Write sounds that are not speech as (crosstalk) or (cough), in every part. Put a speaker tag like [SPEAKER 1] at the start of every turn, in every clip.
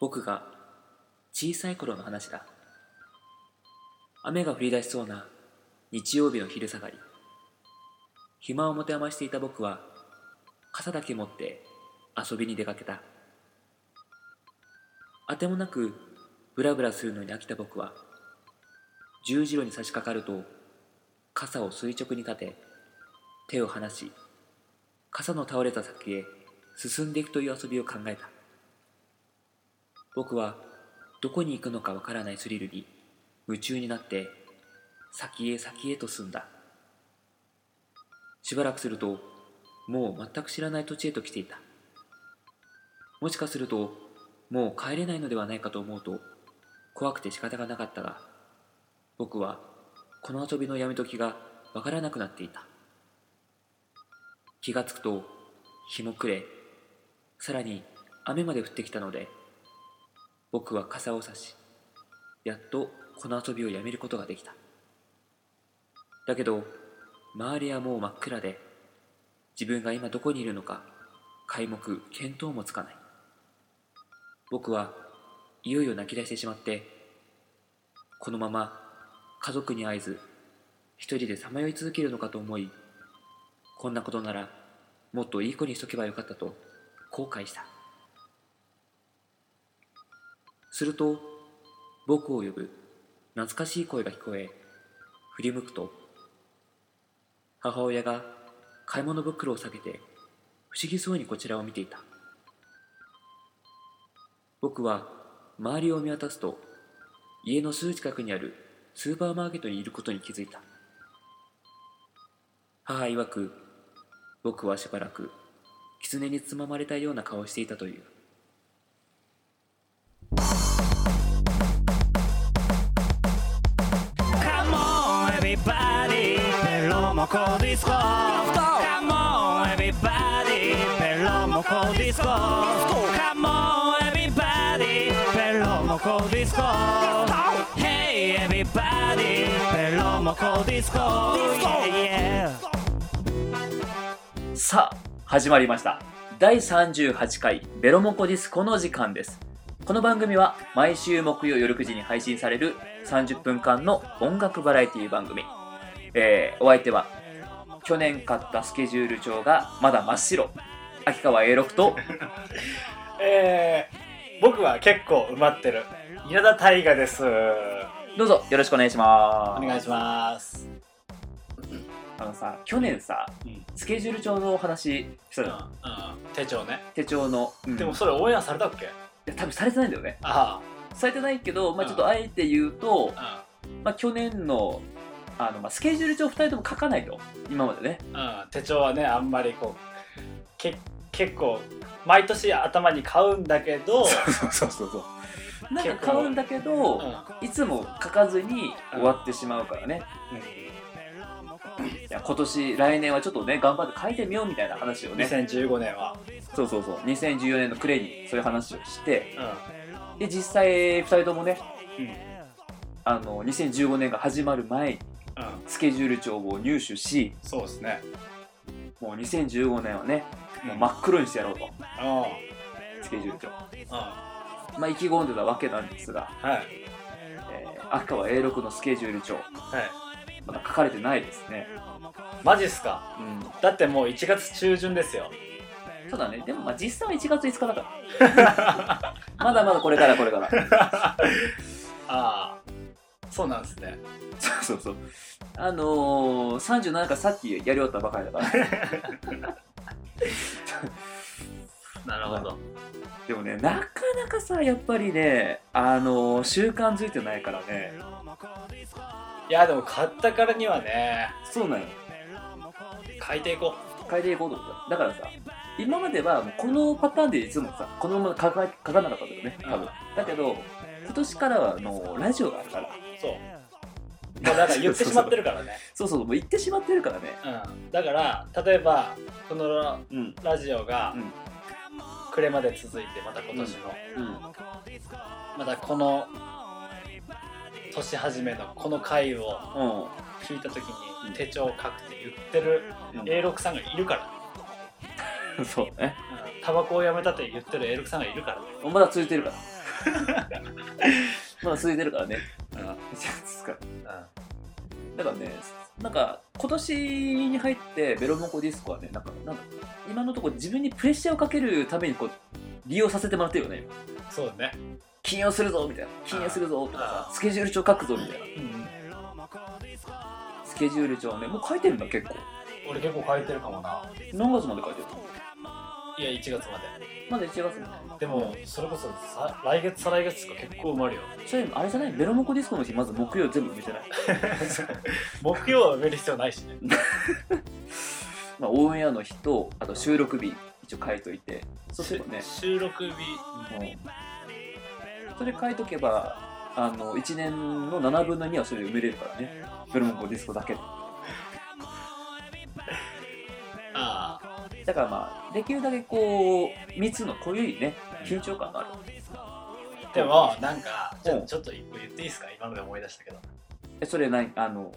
[SPEAKER 1] 僕が小さい頃の話だ雨が降り出しそうな日曜日の昼下がり暇を持て余していた僕は傘だけ持って遊びに出かけたあてもなくブラブラするのに飽きた僕は十字路に差し掛かると傘を垂直に立て手を離し傘の倒れた先へ進んでいくという遊びを考えた僕はどこに行くのかわからないスリルに夢中になって先へ先へと進んだしばらくするともう全く知らない土地へと来ていたもしかするともう帰れないのではないかと思うと怖くて仕方がなかったが僕はこの遊びのやめ時がわからなくなっていた気がつくと日も暮れさらに雨まで降ってきたので僕は傘を差しやっとこの遊びをやめることができただけど周りはもう真っ暗で自分が今どこにいるのか皆目見当もつかない僕はいよいよ泣き出してしまってこのまま家族に会えず一人でさまよい続けるのかと思いこんなことならもっといい子にしとけばよかったと後悔したすると僕を呼ぶ懐かしい声が聞こえ振り向くと母親が買い物袋を下げて不思議そうにこちらを見ていた僕は周りを見渡すと家のすぐ近くにあるスーパーマーケットにいることに気づいた母曰く僕はしばらく狐につままれたような顔をしていたという
[SPEAKER 2] ペロモコディスコ Come on everybody ペロモコディスコ Come on everybody ペロモコディスコ Hey everybody ペロモコディスコ Yeah yeah
[SPEAKER 1] さあ始まりました第38回ベロモコディスコの時間ですこの番組は毎週木曜夜9時に配信される30分間の音楽バラエティ番組、えーお相手は去年買ったスケジュール帳がまだ真っ白秋川 A6 と
[SPEAKER 3] えー、僕は結構埋まってる稲田大我ですお
[SPEAKER 1] どうぞよろしくお願いします
[SPEAKER 3] 願いします
[SPEAKER 1] あのさ去年さ
[SPEAKER 3] うん
[SPEAKER 1] スケジュール帳のお話したじゃん
[SPEAKER 3] 手帳ね
[SPEAKER 1] 手帳の、うん
[SPEAKER 3] でも
[SPEAKER 1] い
[SPEAKER 3] それオンエアされたっけ
[SPEAKER 1] や多分されてないんだよね
[SPEAKER 3] あ
[SPEAKER 1] されてないけど、まあ、
[SPEAKER 3] うん
[SPEAKER 1] ちょっとあえて言うと、
[SPEAKER 3] あ
[SPEAKER 1] まあ、去年のあの、まあ、スケジュール帳2人とも書かないと今までね
[SPEAKER 3] うん、うん、手帳はねあんまりこうけ結構毎年頭に買うんだけど、
[SPEAKER 1] (laughs) そうそうそうそうなんか買うんだけ
[SPEAKER 3] う
[SPEAKER 1] ど、
[SPEAKER 3] ん
[SPEAKER 1] いつも書かずに終わってしまうからね、いや今年来年はちょっとね頑張って書いてみようみたいな話をね
[SPEAKER 3] 2015年は、
[SPEAKER 1] そうそうそう2014年の暮れにそういう話をして
[SPEAKER 3] うん
[SPEAKER 1] で実際2人ともね
[SPEAKER 3] うん
[SPEAKER 1] あの2015年が始まる前に
[SPEAKER 3] うん、
[SPEAKER 1] スケジュール帳を入手し
[SPEAKER 3] そうですね
[SPEAKER 1] もう2015年はねもう真
[SPEAKER 3] ま
[SPEAKER 1] っ黒にしてやろうと
[SPEAKER 3] うんうん
[SPEAKER 1] スケジュール帳ま
[SPEAKER 3] は
[SPEAKER 1] あ意気込んでたわけなんですが、
[SPEAKER 3] いはい
[SPEAKER 1] えー、赤は A6 のスケジュール帳まだ書かれてないですね
[SPEAKER 3] マジっすか
[SPEAKER 1] うん
[SPEAKER 3] だってもう1月中旬です (laughs) よ
[SPEAKER 1] そうだね。でもまあ実際は1月5日だ
[SPEAKER 3] (laughs)
[SPEAKER 1] から。まだまだこれからこれから。
[SPEAKER 3] ああそうなんですね
[SPEAKER 1] そうそうそう。あのー、37からさっきやり終わったばかりだから。
[SPEAKER 3] なる
[SPEAKER 1] ほどでもね、なかなかさ、やっぱりね、あのー、習慣づいてないからね。
[SPEAKER 3] いやでも買ったからにはね
[SPEAKER 1] そうなんよ。
[SPEAKER 3] 書いていこ
[SPEAKER 1] 変えていこうと思った。だからさ、今まではもうこのパターンでいつもさ、このまま書か書かなかったんだよね、多分。だけど、今年からはあのラジオがあるから。
[SPEAKER 3] うそうもうなんか言ってしまってるからね
[SPEAKER 1] そうそう、もう行ってしまってるからね。
[SPEAKER 3] うんだから例えばこの
[SPEAKER 1] うん。
[SPEAKER 3] ラジオが
[SPEAKER 1] うん
[SPEAKER 3] 暮れまで続いてまた今年の、
[SPEAKER 1] うん。
[SPEAKER 3] またこの年始めのこの回を
[SPEAKER 1] うん。
[SPEAKER 3] 聞いた時
[SPEAKER 1] うん
[SPEAKER 3] に手帳を書くって言ってる
[SPEAKER 1] うん
[SPEAKER 3] A6 さんがいるから
[SPEAKER 1] そうね。
[SPEAKER 3] ね、うん、タバコをやめたって言ってる A6 さんがいるからね
[SPEAKER 1] まだ続いてるから。 (laughs) まあ続いてるからね。
[SPEAKER 3] うんうん
[SPEAKER 1] じゃないですか。だからね、なんか今年に入ってベロモコディスコはね、なんかなんか今のところ自分にプレッシャーをかけるためにこう利用させてもらってるよね。
[SPEAKER 3] そうだね
[SPEAKER 1] 禁煙するぞみたいな。禁煙するぞとか
[SPEAKER 3] あ
[SPEAKER 1] さ、スケジュール帳書くぞみたいな。
[SPEAKER 3] うん
[SPEAKER 1] スケジュール帳ね、もう書いてるんだ結構。
[SPEAKER 3] 俺結構書いてるかもな
[SPEAKER 1] 何月まで書いてる
[SPEAKER 3] いや1月ま
[SPEAKER 1] のまだ1月まで。
[SPEAKER 3] ででもそれこそさ来月再来月とか結構埋ま (laughs) るよ
[SPEAKER 1] それあれじゃないベロモコディスコの日まず木曜全部埋めてない。
[SPEAKER 3] 木曜は埋める必要ないしね
[SPEAKER 1] まあオンエアの日とあと収録日一応書いといて。そうすればね。
[SPEAKER 3] 収録日
[SPEAKER 1] それ書いとけばあの1年の7分の2はそれで埋めれるからねベルモンゴディスコだけで
[SPEAKER 3] ああ
[SPEAKER 1] だからまあできるだけこう密の濃いね緊張感のある
[SPEAKER 3] でもなんかち
[SPEAKER 1] う
[SPEAKER 3] ょ
[SPEAKER 1] ん
[SPEAKER 3] ちょっと一個言っていいですか今ので思い出したけど
[SPEAKER 1] えそれ何あの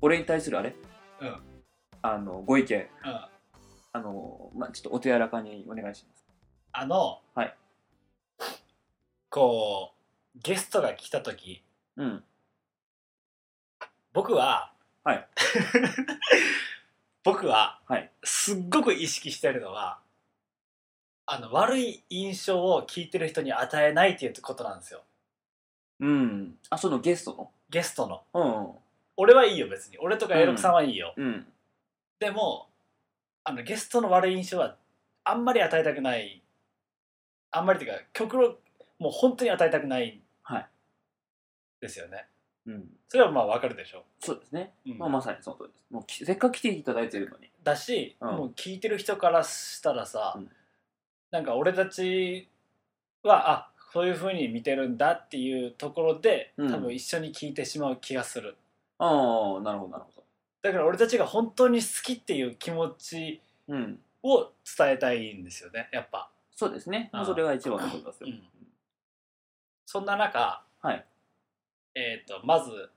[SPEAKER 1] 俺に対するあれ
[SPEAKER 3] うん
[SPEAKER 1] あのご意見
[SPEAKER 3] うん
[SPEAKER 1] あの、まあ、ちょっとお手柔らかにお願いします
[SPEAKER 3] あの、
[SPEAKER 1] はい
[SPEAKER 3] こうゲストが来た時
[SPEAKER 1] うん
[SPEAKER 3] 僕は、
[SPEAKER 1] はい
[SPEAKER 3] (laughs) 僕は、
[SPEAKER 1] はい
[SPEAKER 3] すっごく意識してるのはあの悪い印象を聞いてる人に与えないっていうことなんですよ
[SPEAKER 1] うんあそのゲスト
[SPEAKER 3] ゲストの
[SPEAKER 1] の
[SPEAKER 3] 俺はいいよ別に俺とかエロクさんはいいよ、
[SPEAKER 1] うんうん
[SPEAKER 3] でもあのゲストの悪い印象はあんまり与えたくないあんまりっていうか極論もう本当に与えたくない、
[SPEAKER 1] はい
[SPEAKER 3] ですよね
[SPEAKER 1] うん
[SPEAKER 3] それはまあわかるでしょ、
[SPEAKER 1] そうですね、
[SPEAKER 3] うん
[SPEAKER 1] まあ、まさにその通りですもうきせっかく来ていただいてるのに
[SPEAKER 3] だし、
[SPEAKER 1] うん
[SPEAKER 3] もう聞いてる人からしたらさ、
[SPEAKER 1] うん
[SPEAKER 3] なんか俺たちはあそういうふうに見てるんだっていうところで、
[SPEAKER 1] うん
[SPEAKER 3] 多分一緒に聞いてしまう気がする
[SPEAKER 1] ああなるほどなるほど
[SPEAKER 3] だから俺たちが本当に好きっていう気持ち
[SPEAKER 1] うん
[SPEAKER 3] を伝えたいんですよねやっぱ、
[SPEAKER 1] そうですね。
[SPEAKER 3] うん
[SPEAKER 1] それが一番のことです
[SPEAKER 3] う
[SPEAKER 1] よ。
[SPEAKER 3] ん、そんな中、
[SPEAKER 1] はい
[SPEAKER 3] えっ、とまず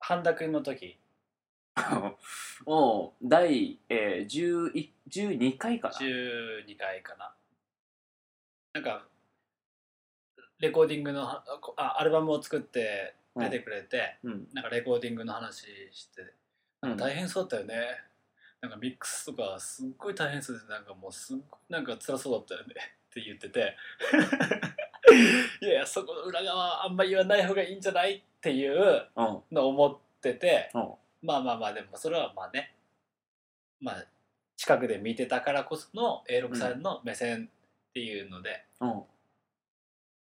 [SPEAKER 3] 半田君の時
[SPEAKER 1] (laughs) もう、第、えー、11 12回かな。
[SPEAKER 3] 12回かななんかレコーディングのあアルバムを作って出てくれて、
[SPEAKER 1] うん。
[SPEAKER 3] なんかレコーディングの話して
[SPEAKER 1] うん
[SPEAKER 3] 大変そうだったよね、なんかミックスとかすっごい大変そうでなんかもうすっごいなんか辛そうだったよねって言って
[SPEAKER 1] (laughs)
[SPEAKER 3] ていやいやそこの裏側あんま言わない方がいいんじゃないっていう
[SPEAKER 1] うん。
[SPEAKER 3] のを思ってて
[SPEAKER 1] うん。
[SPEAKER 3] まあまあまあでもそれはまあねまあ近くで見てたからこその A6 さんの目線っていうので、
[SPEAKER 1] うん。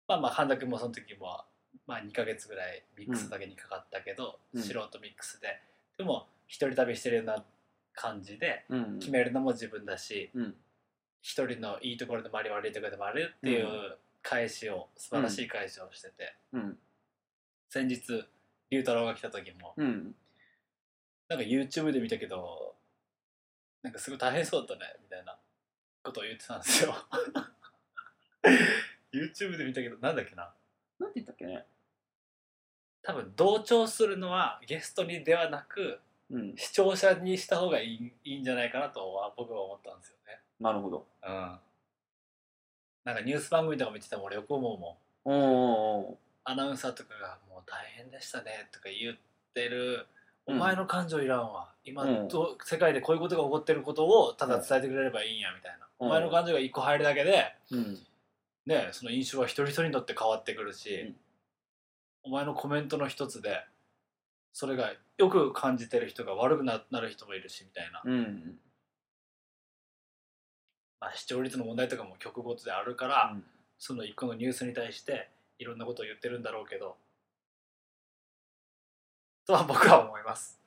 [SPEAKER 3] まあまあ半田君もその時も、まあ、2ヶ月ぐらいミックスだけにかかったけど、
[SPEAKER 1] うん
[SPEAKER 3] 素人ミックスででも一人旅してるような感じで
[SPEAKER 1] うん。
[SPEAKER 3] 決めるのも自分だし
[SPEAKER 1] うん。
[SPEAKER 3] 一人のいいところでもあり悪いところでもあるっていう返しを素晴らしい返しをしてて、
[SPEAKER 1] うん。
[SPEAKER 3] 先日龍太郎が来た時も
[SPEAKER 1] うん。
[SPEAKER 3] なんか YouTube で見たけどなんかすごい大変そうだったねみたいなことを言ってたんですよ (laughs) YouTube で見たけどなんだっけな
[SPEAKER 1] なんて言ったっけね。
[SPEAKER 3] 多分同調するのはゲストにではなく
[SPEAKER 1] うん。
[SPEAKER 3] 視聴者にした方がいいいいんじゃないかなとは僕は思ったんですよね
[SPEAKER 1] なるほど。
[SPEAKER 3] うんなんかニュース番組とか見てても俺よく思うもん
[SPEAKER 1] おーお
[SPEAKER 3] アナウンサーとかが「もう大変でしたね」とか言ってる「
[SPEAKER 1] う
[SPEAKER 3] お
[SPEAKER 1] ん
[SPEAKER 3] 前の感情いらんわ今、
[SPEAKER 1] うん
[SPEAKER 3] ど世界でこういうことが起こってることをただ伝えてくれればいいんや」みたいな、
[SPEAKER 1] うん
[SPEAKER 3] お前の感情が一個入るだけで
[SPEAKER 1] ーおー。うん。
[SPEAKER 3] ねその印象は一人一人にとって変わってくるし、
[SPEAKER 1] うん
[SPEAKER 3] お前のコメントの一つでそれがよく感じてる人が悪くななる人もいるしみたいな、
[SPEAKER 1] うん。
[SPEAKER 3] まあ、視聴率の問題とかも曲ごとであるから、
[SPEAKER 1] うん
[SPEAKER 3] その一個のニュースに対していろんなことを言ってるんだろうけどとは僕は思います。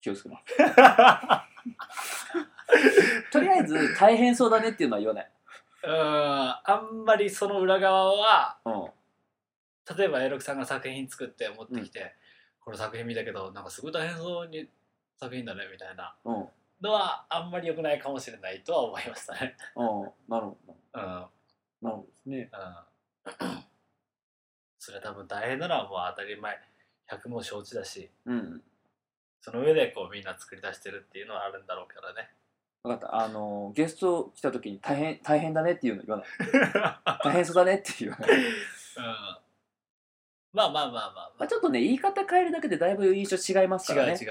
[SPEAKER 1] 気をつけます。 (laughs) とりあえず、大変そうだねっていうのは言わない。
[SPEAKER 3] (laughs) うんあんまりその裏側は
[SPEAKER 1] うん。
[SPEAKER 3] 例えばエロクさんが作品作って持ってきて、この作品見たけどなんかすごい大変そうに作品だねみたいな
[SPEAKER 1] うん。
[SPEAKER 3] のはあんまり良くないかもしれないとは思いましたね。
[SPEAKER 1] うん。なるほど。
[SPEAKER 3] (laughs) うんうん、
[SPEAKER 1] なるほどですね。
[SPEAKER 3] それは多分大変なのはもう当たり前100も承知だし
[SPEAKER 1] うん。
[SPEAKER 3] その上でこうみんな作り出してるっていうのはあるんだろうからね。
[SPEAKER 1] 分かったあのゲスト来た時に大変大変だねっていうの言わない
[SPEAKER 3] (laughs)
[SPEAKER 1] 大変そうだねって言わない
[SPEAKER 3] うんまあまあまあまあ、ま
[SPEAKER 1] まあちょっとね言い方変えるだけでだいぶ印象違いますか
[SPEAKER 3] あ、
[SPEAKER 1] ら
[SPEAKER 3] 違う
[SPEAKER 1] ね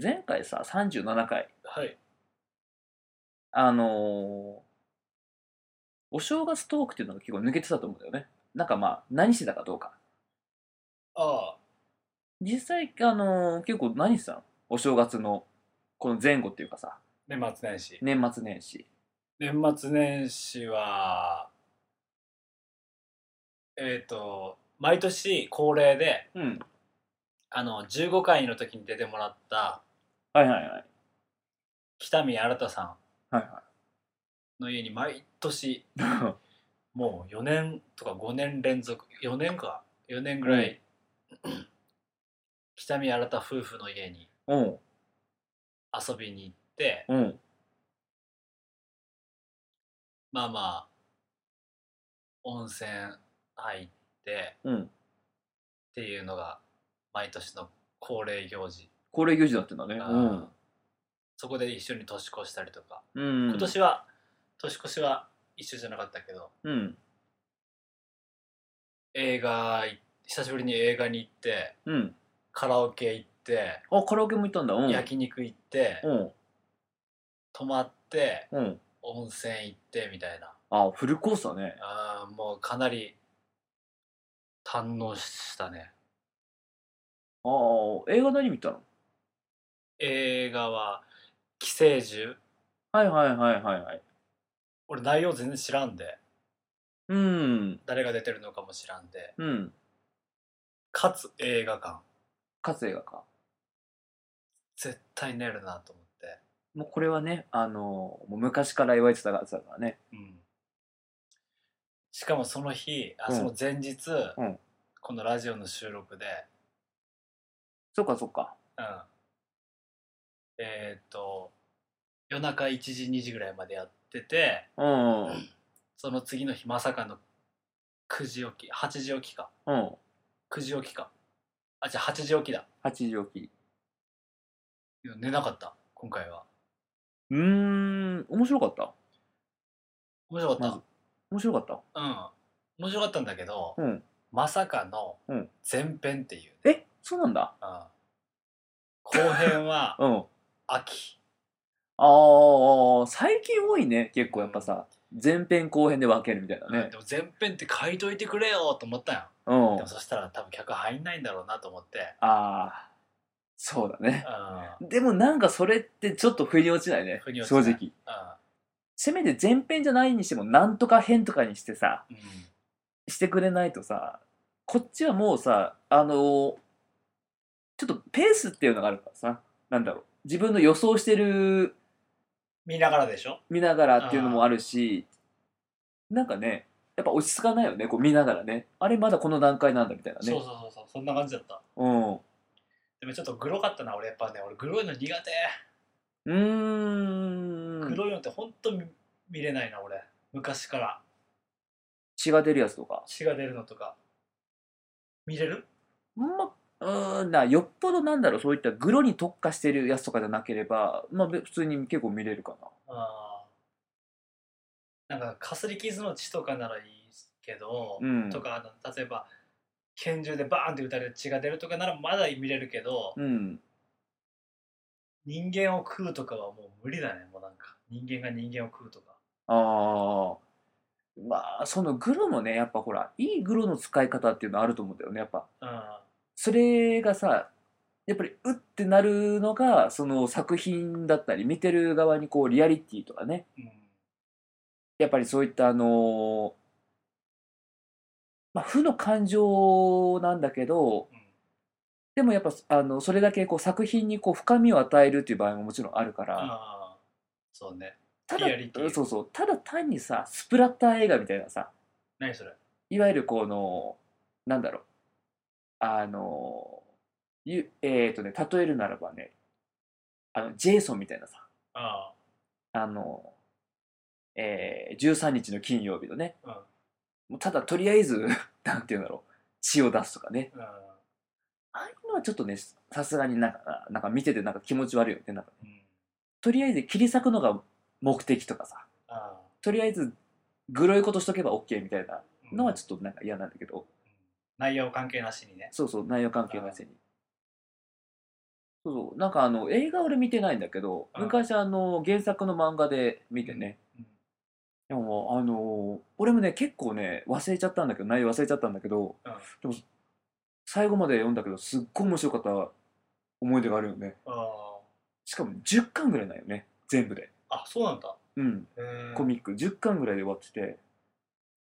[SPEAKER 3] 違う。
[SPEAKER 1] 前回さ37回
[SPEAKER 3] はい。
[SPEAKER 1] あのーお正月トークっていうのが結構抜けてたと思うんだよねなんかまあ何してたかどうか
[SPEAKER 3] あ
[SPEAKER 1] 実際あのー結構何してたのお正月のこの前後っていうかさ
[SPEAKER 3] あ、年末年始。
[SPEAKER 1] 年末年始
[SPEAKER 3] 年末年始は、えっ、と、毎年恒例で、
[SPEAKER 1] うん
[SPEAKER 3] あの、15回の時に出てもらった
[SPEAKER 1] はいはいはい
[SPEAKER 3] 北見新さ
[SPEAKER 1] はい
[SPEAKER 3] んの家に毎 (laughs) 年、
[SPEAKER 1] はい
[SPEAKER 3] もう4年とか5年連続、4年か、4年ぐらい、北見新夫婦の家に
[SPEAKER 1] うん
[SPEAKER 3] 遊びに行って、
[SPEAKER 1] うん
[SPEAKER 3] まあまあ、温泉入って、
[SPEAKER 1] うん
[SPEAKER 3] っていうのが毎年の恒例行事、
[SPEAKER 1] 恒例行事だってんだねうん
[SPEAKER 3] そこで一緒に年越したりとか、
[SPEAKER 1] うん
[SPEAKER 3] 今年は年越しは一緒じゃなかったけど
[SPEAKER 1] うん
[SPEAKER 3] 映画い久しぶりに映画に行って
[SPEAKER 1] うん
[SPEAKER 3] カラオケ行って、
[SPEAKER 1] あカラオケも行ったんだうん
[SPEAKER 3] 焼肉行って、
[SPEAKER 1] うん
[SPEAKER 3] 泊まって
[SPEAKER 1] うん
[SPEAKER 3] 温泉行ってみたいな
[SPEAKER 1] あフルコースだね
[SPEAKER 3] あーもうかなり堪能したね
[SPEAKER 1] ああ映画何見たの
[SPEAKER 3] 映画は「寄生獣
[SPEAKER 1] はいはいはいはいはい」
[SPEAKER 3] 俺内容全然知らんで
[SPEAKER 1] うん
[SPEAKER 3] 誰が出てるのかも知らんで
[SPEAKER 1] うん
[SPEAKER 3] かつ映画館
[SPEAKER 1] 勝つ映画か
[SPEAKER 3] 絶対寝るなと思って、
[SPEAKER 1] もうこれはねあのもう昔から言われてたやつだからね
[SPEAKER 3] うん、しかもその日あ
[SPEAKER 1] うん
[SPEAKER 3] その前日、
[SPEAKER 1] うん
[SPEAKER 3] このラジオの収録で、
[SPEAKER 1] そっかそっか
[SPEAKER 3] うん、えーっと夜中1時2時ぐらいまでやってて
[SPEAKER 1] うん
[SPEAKER 3] その次の日まさかの9時起き8時起きか
[SPEAKER 1] うん
[SPEAKER 3] 9時起きかあじゃあ8時起きだ
[SPEAKER 1] 8時起き
[SPEAKER 3] いや寝なかった今回は
[SPEAKER 1] うーん面白かった
[SPEAKER 3] 面白か
[SPEAKER 1] まず
[SPEAKER 3] っ
[SPEAKER 1] 面白かった
[SPEAKER 3] た、うん面白かったんだけど、
[SPEAKER 1] うん
[SPEAKER 3] まさかの
[SPEAKER 1] うん
[SPEAKER 3] 前編っていう
[SPEAKER 1] えそうなんだ
[SPEAKER 3] うん後
[SPEAKER 1] (laughs)
[SPEAKER 3] 編は
[SPEAKER 1] うんあ
[SPEAKER 3] 秋
[SPEAKER 1] あ最近多いね結構やっぱさ前編後編で分けるみたいな
[SPEAKER 3] うん
[SPEAKER 1] ね
[SPEAKER 3] でも前編って書いといてくれよと思ったよ
[SPEAKER 1] うん
[SPEAKER 3] でもそしたら多分客入んないんだろうなと思って
[SPEAKER 1] ああそうだね
[SPEAKER 3] うん
[SPEAKER 1] でもなんかそれってちょっと腑に落ちないね
[SPEAKER 3] 腑に落ちな
[SPEAKER 1] 正
[SPEAKER 3] い
[SPEAKER 1] 直
[SPEAKER 3] う
[SPEAKER 1] せめて前編じゃないにしてもなんとか編とかにしてさ
[SPEAKER 3] んうん
[SPEAKER 1] してくれないとさこっちはもうさあのーちょっとペースっていうのがあるからさなんだろう自分の予想してる
[SPEAKER 3] 見ながらでしょ
[SPEAKER 1] 見ながらっていうのもあるしなんかねやっぱ落ち着かないよねこう見ながらねあれまだこの段階なんだみたいな
[SPEAKER 3] そう
[SPEAKER 1] ね
[SPEAKER 3] そうそうそうそんな感じだった
[SPEAKER 1] うんう
[SPEAKER 3] でもちょっとグロかったな俺やっぱね俺グロいの苦手、
[SPEAKER 1] ー
[SPEAKER 3] グ
[SPEAKER 1] ん
[SPEAKER 3] ロいのってほんと見見れないな俺昔から
[SPEAKER 1] 血が出るやつとか
[SPEAKER 3] 血が出るのとか見れる
[SPEAKER 1] まあうーんなよっぽどなんだろうそういったグロに特化してるやつとかじゃなければまあべ普通に結構見れるかな
[SPEAKER 3] あーなんかかすり傷の血とかならいいけど、
[SPEAKER 1] うん
[SPEAKER 3] とかあの例えば拳銃でバーンって撃たれて血が出るとかならまだ見れるけど、
[SPEAKER 1] うん
[SPEAKER 3] 人間を食うとかはもう無理だねもうなんか人間が人間を食うとか
[SPEAKER 1] ああまあそのグロもねやっぱほらいいグロの使い方っていうのあると思うんだよねやっぱ
[SPEAKER 3] う
[SPEAKER 1] それがさやっぱりうってなるのがその作品だったり見てる側にこうリアリティとかね
[SPEAKER 3] んうん
[SPEAKER 1] やっぱりそういったあのーまあ負の感情なんだけど
[SPEAKER 3] うん
[SPEAKER 1] でもやっぱあのそれだけこう作品にこう深みを与えるっていう場合ももちろんあるから
[SPEAKER 3] ああそうね
[SPEAKER 1] ただ
[SPEAKER 3] リアリティ
[SPEAKER 1] そうそうただ単にさスプラッター映画みたいなさ
[SPEAKER 3] 何それ
[SPEAKER 1] いわゆるこのなんだろうあのゆえっ、とね例えるならばねあのジェイソンみたいなさ
[SPEAKER 3] あ
[SPEAKER 1] あのえー、13日の金曜日のね、
[SPEAKER 3] うん
[SPEAKER 1] (laughs) もうただとりあえずなんていうんだろう血を出すとかね
[SPEAKER 3] あうん
[SPEAKER 1] ああいうのはちょっとねさすがになんかなんか見ててなんか気持ち悪いよねなんか
[SPEAKER 3] うん
[SPEAKER 1] とりあえず切り裂くのが目的とかさ
[SPEAKER 3] あ
[SPEAKER 1] とりあえずグロいことしとけば OK みたいな
[SPEAKER 3] ー
[SPEAKER 1] のはちょっとなんか嫌なんだけど
[SPEAKER 3] 内容関係なしにね
[SPEAKER 1] そうそう内容関係ないせいにそうそうなんかあの映画俺見てないんだけど
[SPEAKER 3] あー
[SPEAKER 1] 昔あの原作の漫画で見てね
[SPEAKER 3] うん
[SPEAKER 1] でもあの俺もね結構ね忘れちゃったんだけど内容忘れちゃったんだけど
[SPEAKER 3] うん
[SPEAKER 1] 最後まで読んだけどすっごい面白かった思い出があるよね
[SPEAKER 3] あ
[SPEAKER 1] しかも10巻ぐらいだよね全部で
[SPEAKER 3] ああそうなんだ
[SPEAKER 1] うん
[SPEAKER 3] へー
[SPEAKER 1] コミック10巻ぐらいで終わってて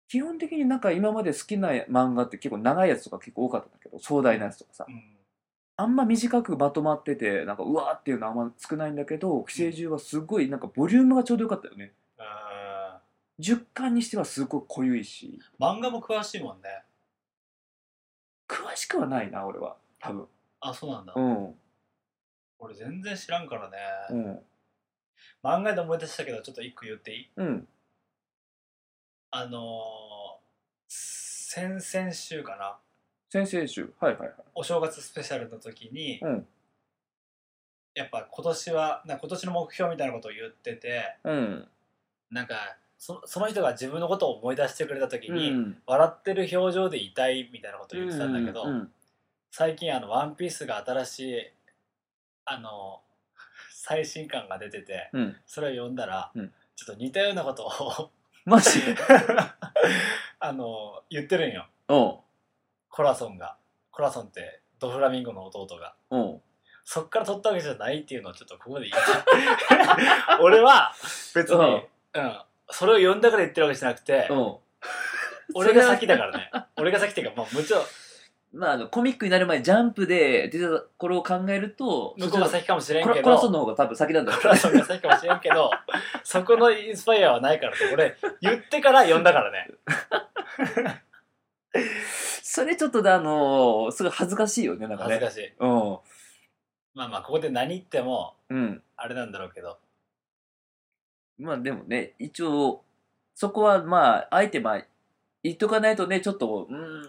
[SPEAKER 1] 基本的になんか今まで好きな漫画って結構長いやつとか結構多かったんだけど壮大なやつとかさ
[SPEAKER 3] うん
[SPEAKER 1] あんま短くまとまっててなんかうわーっていうのはあんま少ないんだけど寄生獣はすごいなんかボリュームがちょうどよかったよね
[SPEAKER 3] あ
[SPEAKER 1] 10巻にしてはすごい濃ゆいし
[SPEAKER 3] ー漫画も詳しいもんね
[SPEAKER 1] 詳しくはないな俺は多分
[SPEAKER 3] あそうなんだ
[SPEAKER 1] うん
[SPEAKER 3] 俺全然知らんからね
[SPEAKER 1] うん
[SPEAKER 3] 漫画で思い出したけどちょっと一個言っていい
[SPEAKER 1] うん
[SPEAKER 3] あのー先々週かな
[SPEAKER 1] 先生集はいはいはい
[SPEAKER 3] お正月スペシャルの時に、
[SPEAKER 1] うん
[SPEAKER 3] やっぱ今年はな今年の目標みたいなことを言ってて
[SPEAKER 1] うん
[SPEAKER 3] なんかそその人が自分のことを思い出してくれた時に、
[SPEAKER 1] うん
[SPEAKER 3] 笑ってる表情でいたいみたいなことを言ってたんだけど、
[SPEAKER 1] うんうん
[SPEAKER 3] 最近あの「ワンピースが新しいあの最新刊が出てて
[SPEAKER 1] うん
[SPEAKER 3] それを読んだら、
[SPEAKER 1] うん
[SPEAKER 3] ちょっと似たようなことを
[SPEAKER 1] マジ
[SPEAKER 3] あの言ってるんよ
[SPEAKER 1] うん
[SPEAKER 3] コラソンがコラソンってドフラミンゴの弟が。
[SPEAKER 1] うん
[SPEAKER 3] そっから取ったわけじゃないっていうのをちょっとここで言いたい俺は別に、
[SPEAKER 1] う
[SPEAKER 3] うんんそれを読んだから言ってるわけじゃなくて、
[SPEAKER 1] うん
[SPEAKER 3] 俺が先だからね俺が先っていうかまあもちろん
[SPEAKER 1] まあ、あのコミックになる前ジャンプで出た頃を考えると
[SPEAKER 3] 向こうが先かもしれん
[SPEAKER 1] コラ
[SPEAKER 3] けど
[SPEAKER 1] コラソンの方が多分先なんだ
[SPEAKER 3] コラソンが先かもしれんけどそこのインスパイアはないからね俺言ってから読んだからね
[SPEAKER 1] (laughs) それちょっとだあのーすごい恥ずかしいよねなんか
[SPEAKER 3] 恥ず
[SPEAKER 1] ね
[SPEAKER 3] かしい
[SPEAKER 1] うん
[SPEAKER 3] まあまあここで何言っても
[SPEAKER 1] うん
[SPEAKER 3] あれなんだろうけど
[SPEAKER 1] まあでもね一応そこはまああえてまあ言っとかないとねちょっとうーん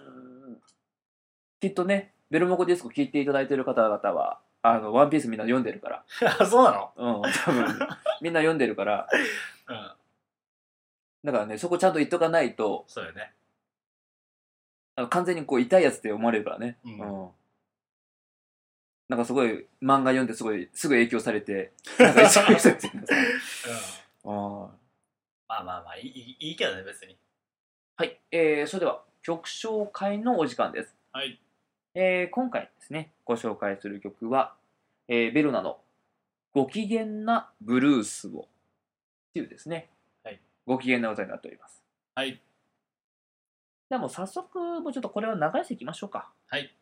[SPEAKER 1] きっとねベルモコディスコ聞いていただいてる方々はあのワンピースみんな読んでるから
[SPEAKER 3] あそうなの
[SPEAKER 1] うん多
[SPEAKER 3] (laughs)
[SPEAKER 1] 分みんな読んでるから
[SPEAKER 3] うん
[SPEAKER 1] だからねそこちゃんと言っとかないと
[SPEAKER 3] そうよね
[SPEAKER 1] あの完全にこう痛いやつって思われるからね、
[SPEAKER 3] うん
[SPEAKER 1] なんかすごい漫画読んですごいすぐ影響され
[SPEAKER 3] (laughs)
[SPEAKER 1] てなんか一緒にしてて
[SPEAKER 3] うん
[SPEAKER 1] ああ
[SPEAKER 3] まあまあまあいいいいけどね別に
[SPEAKER 1] はい、えーそれでは曲紹介のお時間です、
[SPEAKER 3] はい
[SPEAKER 1] えー今回ですねご紹介する曲は、えーベルナの「ご機嫌なブルースを」っていうですね、
[SPEAKER 3] はい
[SPEAKER 1] ご機嫌な歌になっております
[SPEAKER 3] はい
[SPEAKER 1] ではもう早速もうちょっとこれを流していきましょうか
[SPEAKER 3] はい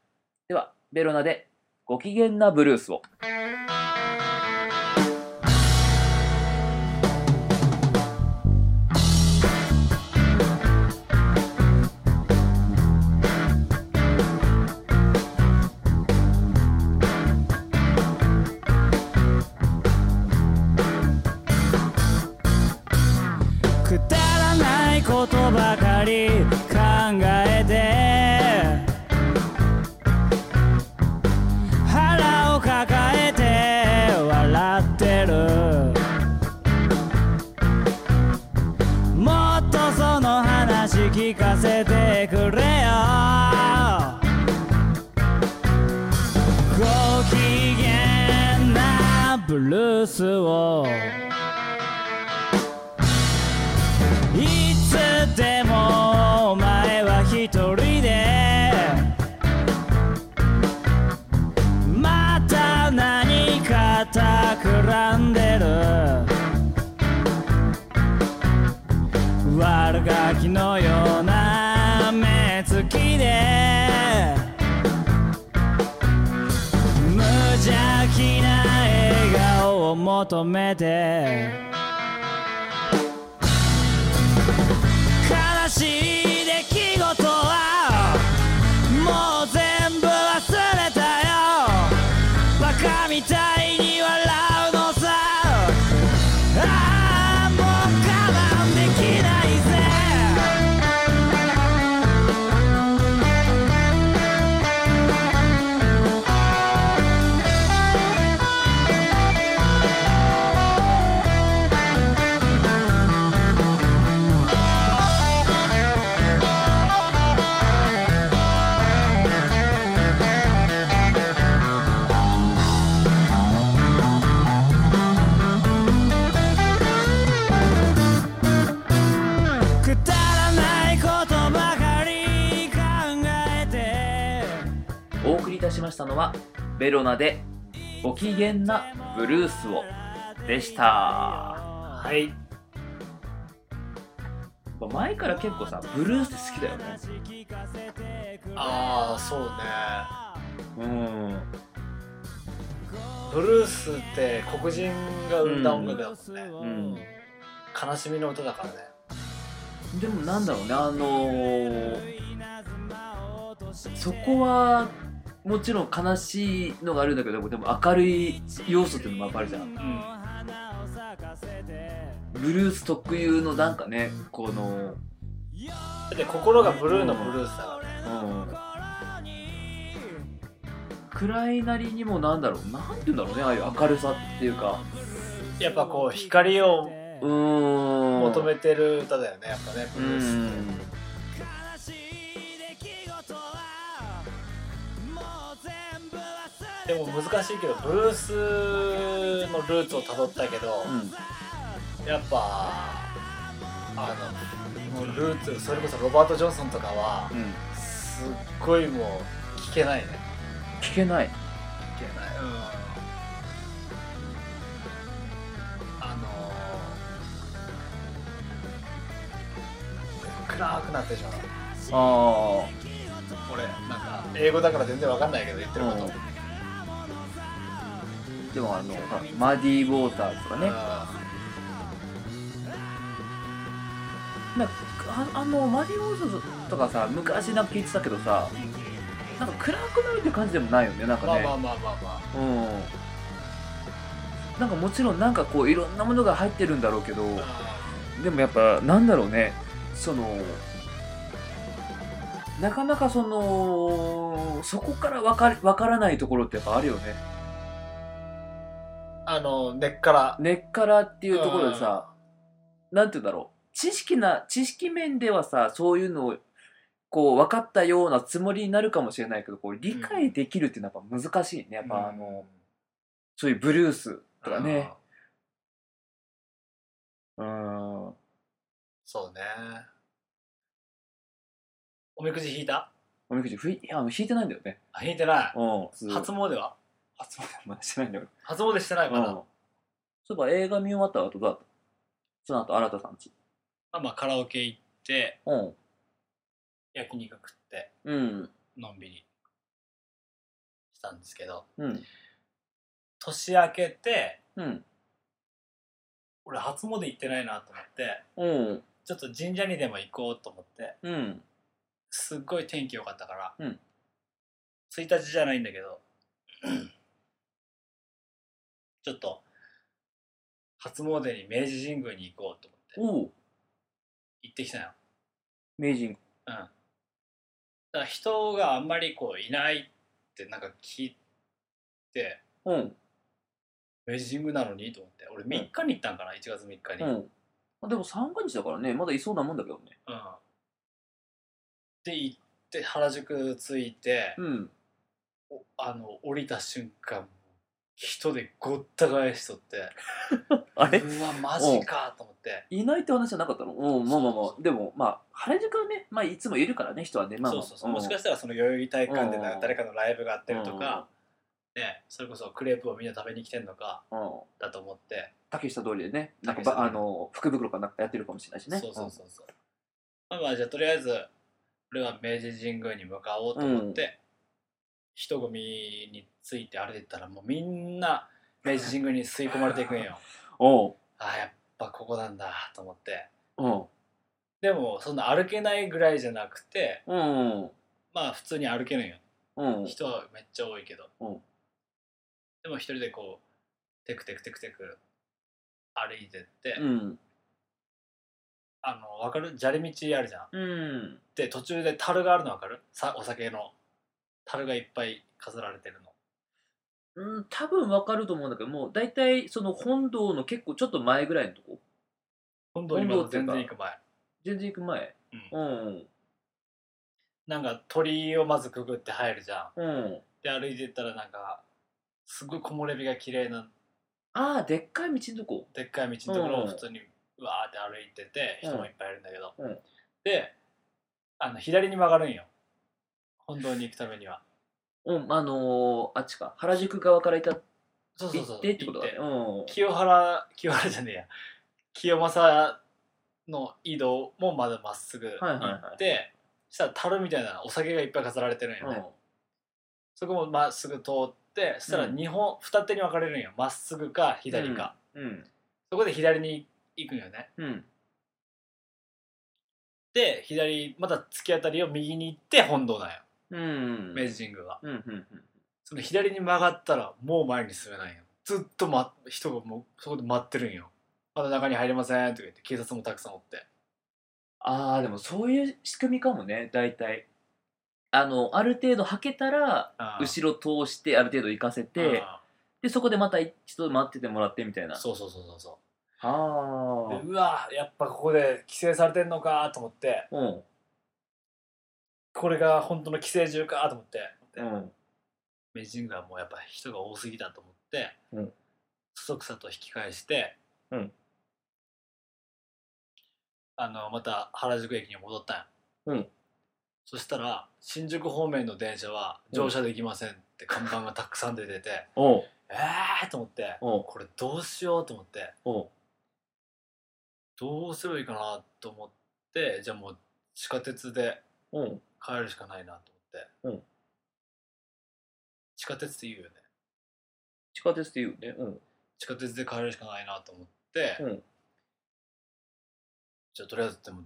[SPEAKER 1] ではベロナで「ご機嫌なブルースを」
[SPEAKER 4] くだらないことばかり考えて腹を抱えて笑ってるもっとその話聞かせてくれよご機嫌なブルースをいつでもお前は一人でまた何か企んでる悪ガキのような目つきで無邪気な笑顔を求めて悲しい出来事はもう全部忘れたよバカみたいに笑うのさああもう我慢できないぜ
[SPEAKER 1] 話したのは、ベロナでご機嫌なブルースをでした。
[SPEAKER 3] はい
[SPEAKER 1] まあ前から結構さ、ブルースって好きだよね。
[SPEAKER 3] ああそ
[SPEAKER 1] う
[SPEAKER 3] う
[SPEAKER 1] ん。
[SPEAKER 3] ねブルースって黒人が生んだ音楽だもんね、
[SPEAKER 1] うん。
[SPEAKER 3] 悲しみの歌だからね
[SPEAKER 1] でもなんだろうねあのー、そこはもちろん悲しいのがあるんだけどでも明るい要素っていうのもやっぱあるじゃん
[SPEAKER 3] うん
[SPEAKER 1] ブルース特有のなんかねこの、
[SPEAKER 3] で心がブルーのブルースだからね
[SPEAKER 1] うん、暗いなりにもなんだろうなんて言うんだろうねああいう明るさっていうか
[SPEAKER 3] やっぱこう光を
[SPEAKER 1] うーん
[SPEAKER 3] 求めてる歌だよねやっぱねブ
[SPEAKER 1] う
[SPEAKER 3] ルースっ
[SPEAKER 1] ん
[SPEAKER 3] てでも難しいけどブルースのルーツをたどったけど、
[SPEAKER 1] うん
[SPEAKER 3] やっぱあのもうルーツそれこそロバート・ジョンソンとかは
[SPEAKER 1] うん
[SPEAKER 3] すっごいもう聞けないね
[SPEAKER 1] 聞けない
[SPEAKER 3] 聞けないうんあの暗くなってしまう
[SPEAKER 1] ああ
[SPEAKER 3] 俺なんか英語だから全然わかんないけど言ってること、
[SPEAKER 1] うんでもあのほらマディ・ウォーターズとかねなんかああのマディ・ウォーターズとかさ昔なんか聞いてたけどさなんか暗くなるって感じでもないよねなん
[SPEAKER 3] うん
[SPEAKER 1] か
[SPEAKER 3] まあ
[SPEAKER 1] ね、
[SPEAKER 3] まあまあまあまあ
[SPEAKER 1] うんなんかもちろんなんかこういろんなものが入ってるんだろうけどでもやっぱなんだろうねそのなかなかそのそこからわかわからないところってやっぱあるよね
[SPEAKER 3] あの根っから
[SPEAKER 1] 根っからっていうところでさ、なんて言うんだろう知識な知識面ではさそういうのをこう分かったようなつもりになるかもしれないけどこう理解できるっていうのはやっぱ難しいねやっぱ、あのそういうブルースとかね
[SPEAKER 3] うん
[SPEAKER 1] うん
[SPEAKER 3] そうねおみくじ引いた
[SPEAKER 1] おみくじふいいやあの引いてないんだよね
[SPEAKER 3] あ引いてな
[SPEAKER 1] うん
[SPEAKER 3] い初詣は
[SPEAKER 1] 初詣まだしてないんだよ
[SPEAKER 3] 初詣してない
[SPEAKER 1] 俺、う
[SPEAKER 3] ま
[SPEAKER 1] ん
[SPEAKER 3] だ、
[SPEAKER 1] そういえば映画見終わった後どうだったその後新さんち
[SPEAKER 3] あまあカラオケ行って
[SPEAKER 1] うん
[SPEAKER 3] 焼肉食って
[SPEAKER 1] うん
[SPEAKER 3] のんびりしたんですけど
[SPEAKER 1] うん
[SPEAKER 3] 年明けて
[SPEAKER 1] うん
[SPEAKER 3] 俺初詣行ってないなと思って
[SPEAKER 1] うん
[SPEAKER 3] ちょっと神社にでも行こうと思って
[SPEAKER 1] うん
[SPEAKER 3] すっごい天気良かったから、
[SPEAKER 1] うん
[SPEAKER 3] 1日じゃないんだけど (clears throat) ちょっと初詣に明治神宮に行こうと思っ
[SPEAKER 1] お
[SPEAKER 3] て
[SPEAKER 1] う
[SPEAKER 3] 行ってきたよ、
[SPEAKER 1] 名人
[SPEAKER 3] うん、だから人があんまりこういないってなんか聞いて
[SPEAKER 1] うん
[SPEAKER 3] 明治神宮なのにと思って俺3日に行ったんかな1月3日に、
[SPEAKER 1] うんまあでも三が日だからねまだいそうなもんだけどね
[SPEAKER 3] うんで行って原宿着いて、
[SPEAKER 1] うん
[SPEAKER 3] おあの降りた瞬間人でごった返しとって
[SPEAKER 1] あれ
[SPEAKER 3] うわマジかと思って
[SPEAKER 1] いないって話じゃなかったのうんまあまあまあでもまあ原宿はねまあいつもいるからね人はねまあまあ
[SPEAKER 3] そうそうそうもしかしたらその代々木体育館でなんか誰かのライブがあってるとか、ね、それこそクレープをみんな食べに来てんのか
[SPEAKER 1] うんうん
[SPEAKER 3] だと思って、
[SPEAKER 1] 竹下通りでねなんか
[SPEAKER 3] 竹下通
[SPEAKER 1] ば
[SPEAKER 3] り
[SPEAKER 1] あの福袋かなんかやってるかもしれないしね
[SPEAKER 3] そうそうそうそう、まあまあじゃあとりあえず俺は明治神宮に向かおうと思って、人混みについて歩いてったらもうみんな明治神宮に吸い込まれていくん (laughs) よ
[SPEAKER 1] おう
[SPEAKER 3] ああやっぱここなんだと思って
[SPEAKER 1] うん
[SPEAKER 3] でもそんな歩けないぐらいじゃなくて
[SPEAKER 1] うん
[SPEAKER 3] まあ普通に歩けるんよ
[SPEAKER 1] うん
[SPEAKER 3] 人はめっちゃ多いけど、
[SPEAKER 1] うん
[SPEAKER 3] でも一人でこうテクテクテクテク歩いてって、
[SPEAKER 1] うん
[SPEAKER 3] あの分かる砂利道あるじゃん
[SPEAKER 1] うん
[SPEAKER 3] で途中で樽があるの分かるさお酒の樽がいっぱい飾られてるの
[SPEAKER 1] うん多分わかると思うんだけどもう大体その本堂の結構ちょっと前ぐらいのとこ
[SPEAKER 3] 本堂にまだ全然行く前
[SPEAKER 1] 全然行く前
[SPEAKER 3] うん
[SPEAKER 1] うん
[SPEAKER 3] なんか鳥居をまずくぐって入るじゃん
[SPEAKER 1] うん
[SPEAKER 3] で歩いてったらなんかすごい木漏れ日が綺麗な
[SPEAKER 1] ああでっかい道のとこ
[SPEAKER 3] でっかい道のところ
[SPEAKER 1] う
[SPEAKER 3] を
[SPEAKER 1] ん
[SPEAKER 3] 普通にうわーって歩いてて
[SPEAKER 1] うん
[SPEAKER 3] 人もいっぱいいるんだけど、
[SPEAKER 1] うん
[SPEAKER 3] であの左に曲がるんよ本堂に行くためには
[SPEAKER 1] うん、あのーあっちか、原宿側からいた
[SPEAKER 3] そうそう
[SPEAKER 1] 行
[SPEAKER 3] そう
[SPEAKER 1] ってってことだね。
[SPEAKER 3] 行っ
[SPEAKER 1] うん。
[SPEAKER 3] て清原清原じゃねえや清正の井戸もまだまっすぐ行って、
[SPEAKER 1] はいはいはい
[SPEAKER 3] したら樽みたいなお酒がいっぱい飾られてるんよね、そこもまっすぐ通ってそしたら
[SPEAKER 1] うん
[SPEAKER 3] 二本、二手に分かれるんよまっすぐか左か、
[SPEAKER 1] うん。
[SPEAKER 3] そこで左に行くんよね
[SPEAKER 1] うん。
[SPEAKER 3] で左また突き当たりを右に行って本堂なんよ
[SPEAKER 1] うん。うん。
[SPEAKER 3] 明治神宮は
[SPEAKER 1] うん。うん。
[SPEAKER 3] その左に曲がったらもう前に進めないよずっと、ま、人がもうそこで待ってるんよまだ中に入れませんとか言って警察もたくさんおって
[SPEAKER 1] ああ、でもそういう仕組みかもね、大体。あの、ある程度はけたら、
[SPEAKER 3] あー
[SPEAKER 1] 後ろ通して、ある程度行かせて、
[SPEAKER 3] あ
[SPEAKER 1] で、そこでまた一度待っててもらってみたい
[SPEAKER 3] ー
[SPEAKER 1] な。
[SPEAKER 3] そうそうそうそうそ
[SPEAKER 1] あ
[SPEAKER 3] う
[SPEAKER 1] あ
[SPEAKER 3] で。うわやっぱここで規制されてんのかと思って
[SPEAKER 1] うん。
[SPEAKER 3] これが本当の規制中かと思って
[SPEAKER 1] うん。
[SPEAKER 3] 明治神宮はもうやっぱ人が多すぎだと思って、
[SPEAKER 1] うん
[SPEAKER 3] そそくさと引き返して、
[SPEAKER 1] うん
[SPEAKER 3] あのまた原宿駅に戻ったんや
[SPEAKER 1] うん
[SPEAKER 3] そしたら新宿方面の電車は乗車できませんって看板がたくさん出てて、
[SPEAKER 1] おう。
[SPEAKER 3] えーと思って
[SPEAKER 1] おう。
[SPEAKER 3] これどうしようと思って
[SPEAKER 1] おう。
[SPEAKER 3] どうすればいいかなと思ってじゃあもう地下鉄で
[SPEAKER 1] おう。
[SPEAKER 3] 帰るしかないなと思って、
[SPEAKER 1] うん
[SPEAKER 3] 地下鉄って言うよね
[SPEAKER 1] 地下鉄って言うね。うん。
[SPEAKER 3] 地下鉄で帰るしかないなと思って、
[SPEAKER 1] うん
[SPEAKER 3] じゃあとりあえずでも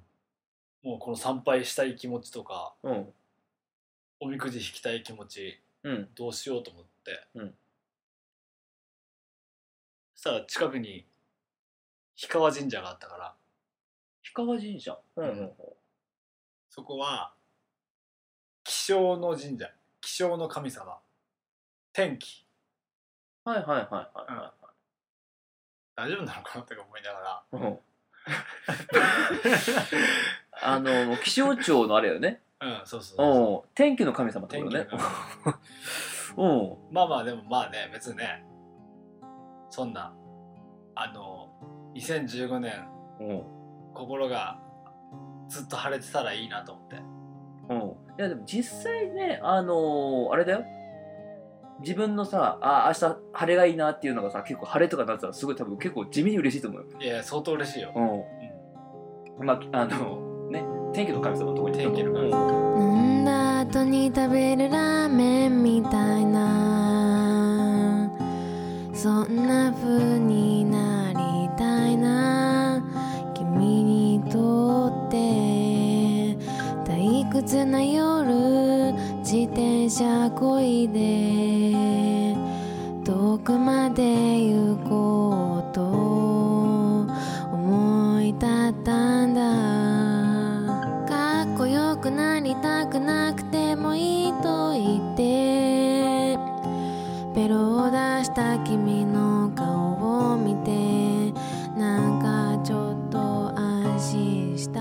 [SPEAKER 3] もうこの参拝したい気持ちとか
[SPEAKER 1] うん。
[SPEAKER 3] おみくじ引きたい気持ち
[SPEAKER 1] うん。
[SPEAKER 3] どうしようと思って、
[SPEAKER 1] うん
[SPEAKER 3] そしたら近くに氷川神社があったから
[SPEAKER 1] 氷川神社。うんん。
[SPEAKER 3] そこは気象の神社気象の神様天気
[SPEAKER 1] はいはいはいはいはい。
[SPEAKER 3] 大丈夫なのかなって思いながら
[SPEAKER 1] うんあの、気象庁のあれよね。
[SPEAKER 3] うんそうそうそう
[SPEAKER 1] うん。天気の神様ってこと
[SPEAKER 3] 天気の
[SPEAKER 1] ね。
[SPEAKER 3] 神
[SPEAKER 1] うん。
[SPEAKER 3] (laughs) まあまあでもまあね別にねそんなあの2015年
[SPEAKER 1] うん。
[SPEAKER 3] 心がずっと晴れてたらいいなと思って
[SPEAKER 1] うん。いや、でも実際ね、あのーあれだよ。自分のさ、あ明日晴れがいいなっていうのがさ、結構晴れとかなったらすごい多分結構地味に嬉しいと思うよ。
[SPEAKER 3] いやいや相当嬉しいよ、
[SPEAKER 1] うん。まあ、あの、ね、天気の神様のとこに
[SPEAKER 3] 天気の神様
[SPEAKER 1] 様。
[SPEAKER 5] 飲んだ後に食べるラーメンみたいなそんな風になりたいな君にとって退屈な夜自転車こいで遠くまで行こうと思い立ったんだかっこよくなりたくなくてもいいと言ってベロを出した君の顔を見てなんかちょっと安心した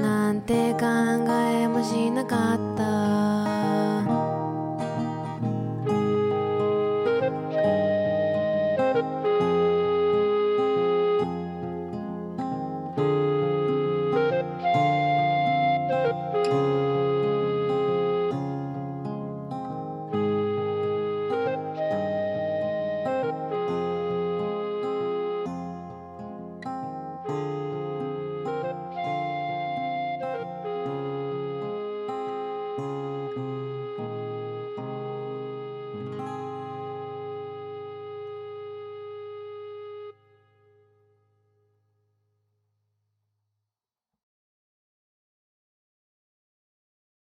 [SPEAKER 5] なんて考えもしなかった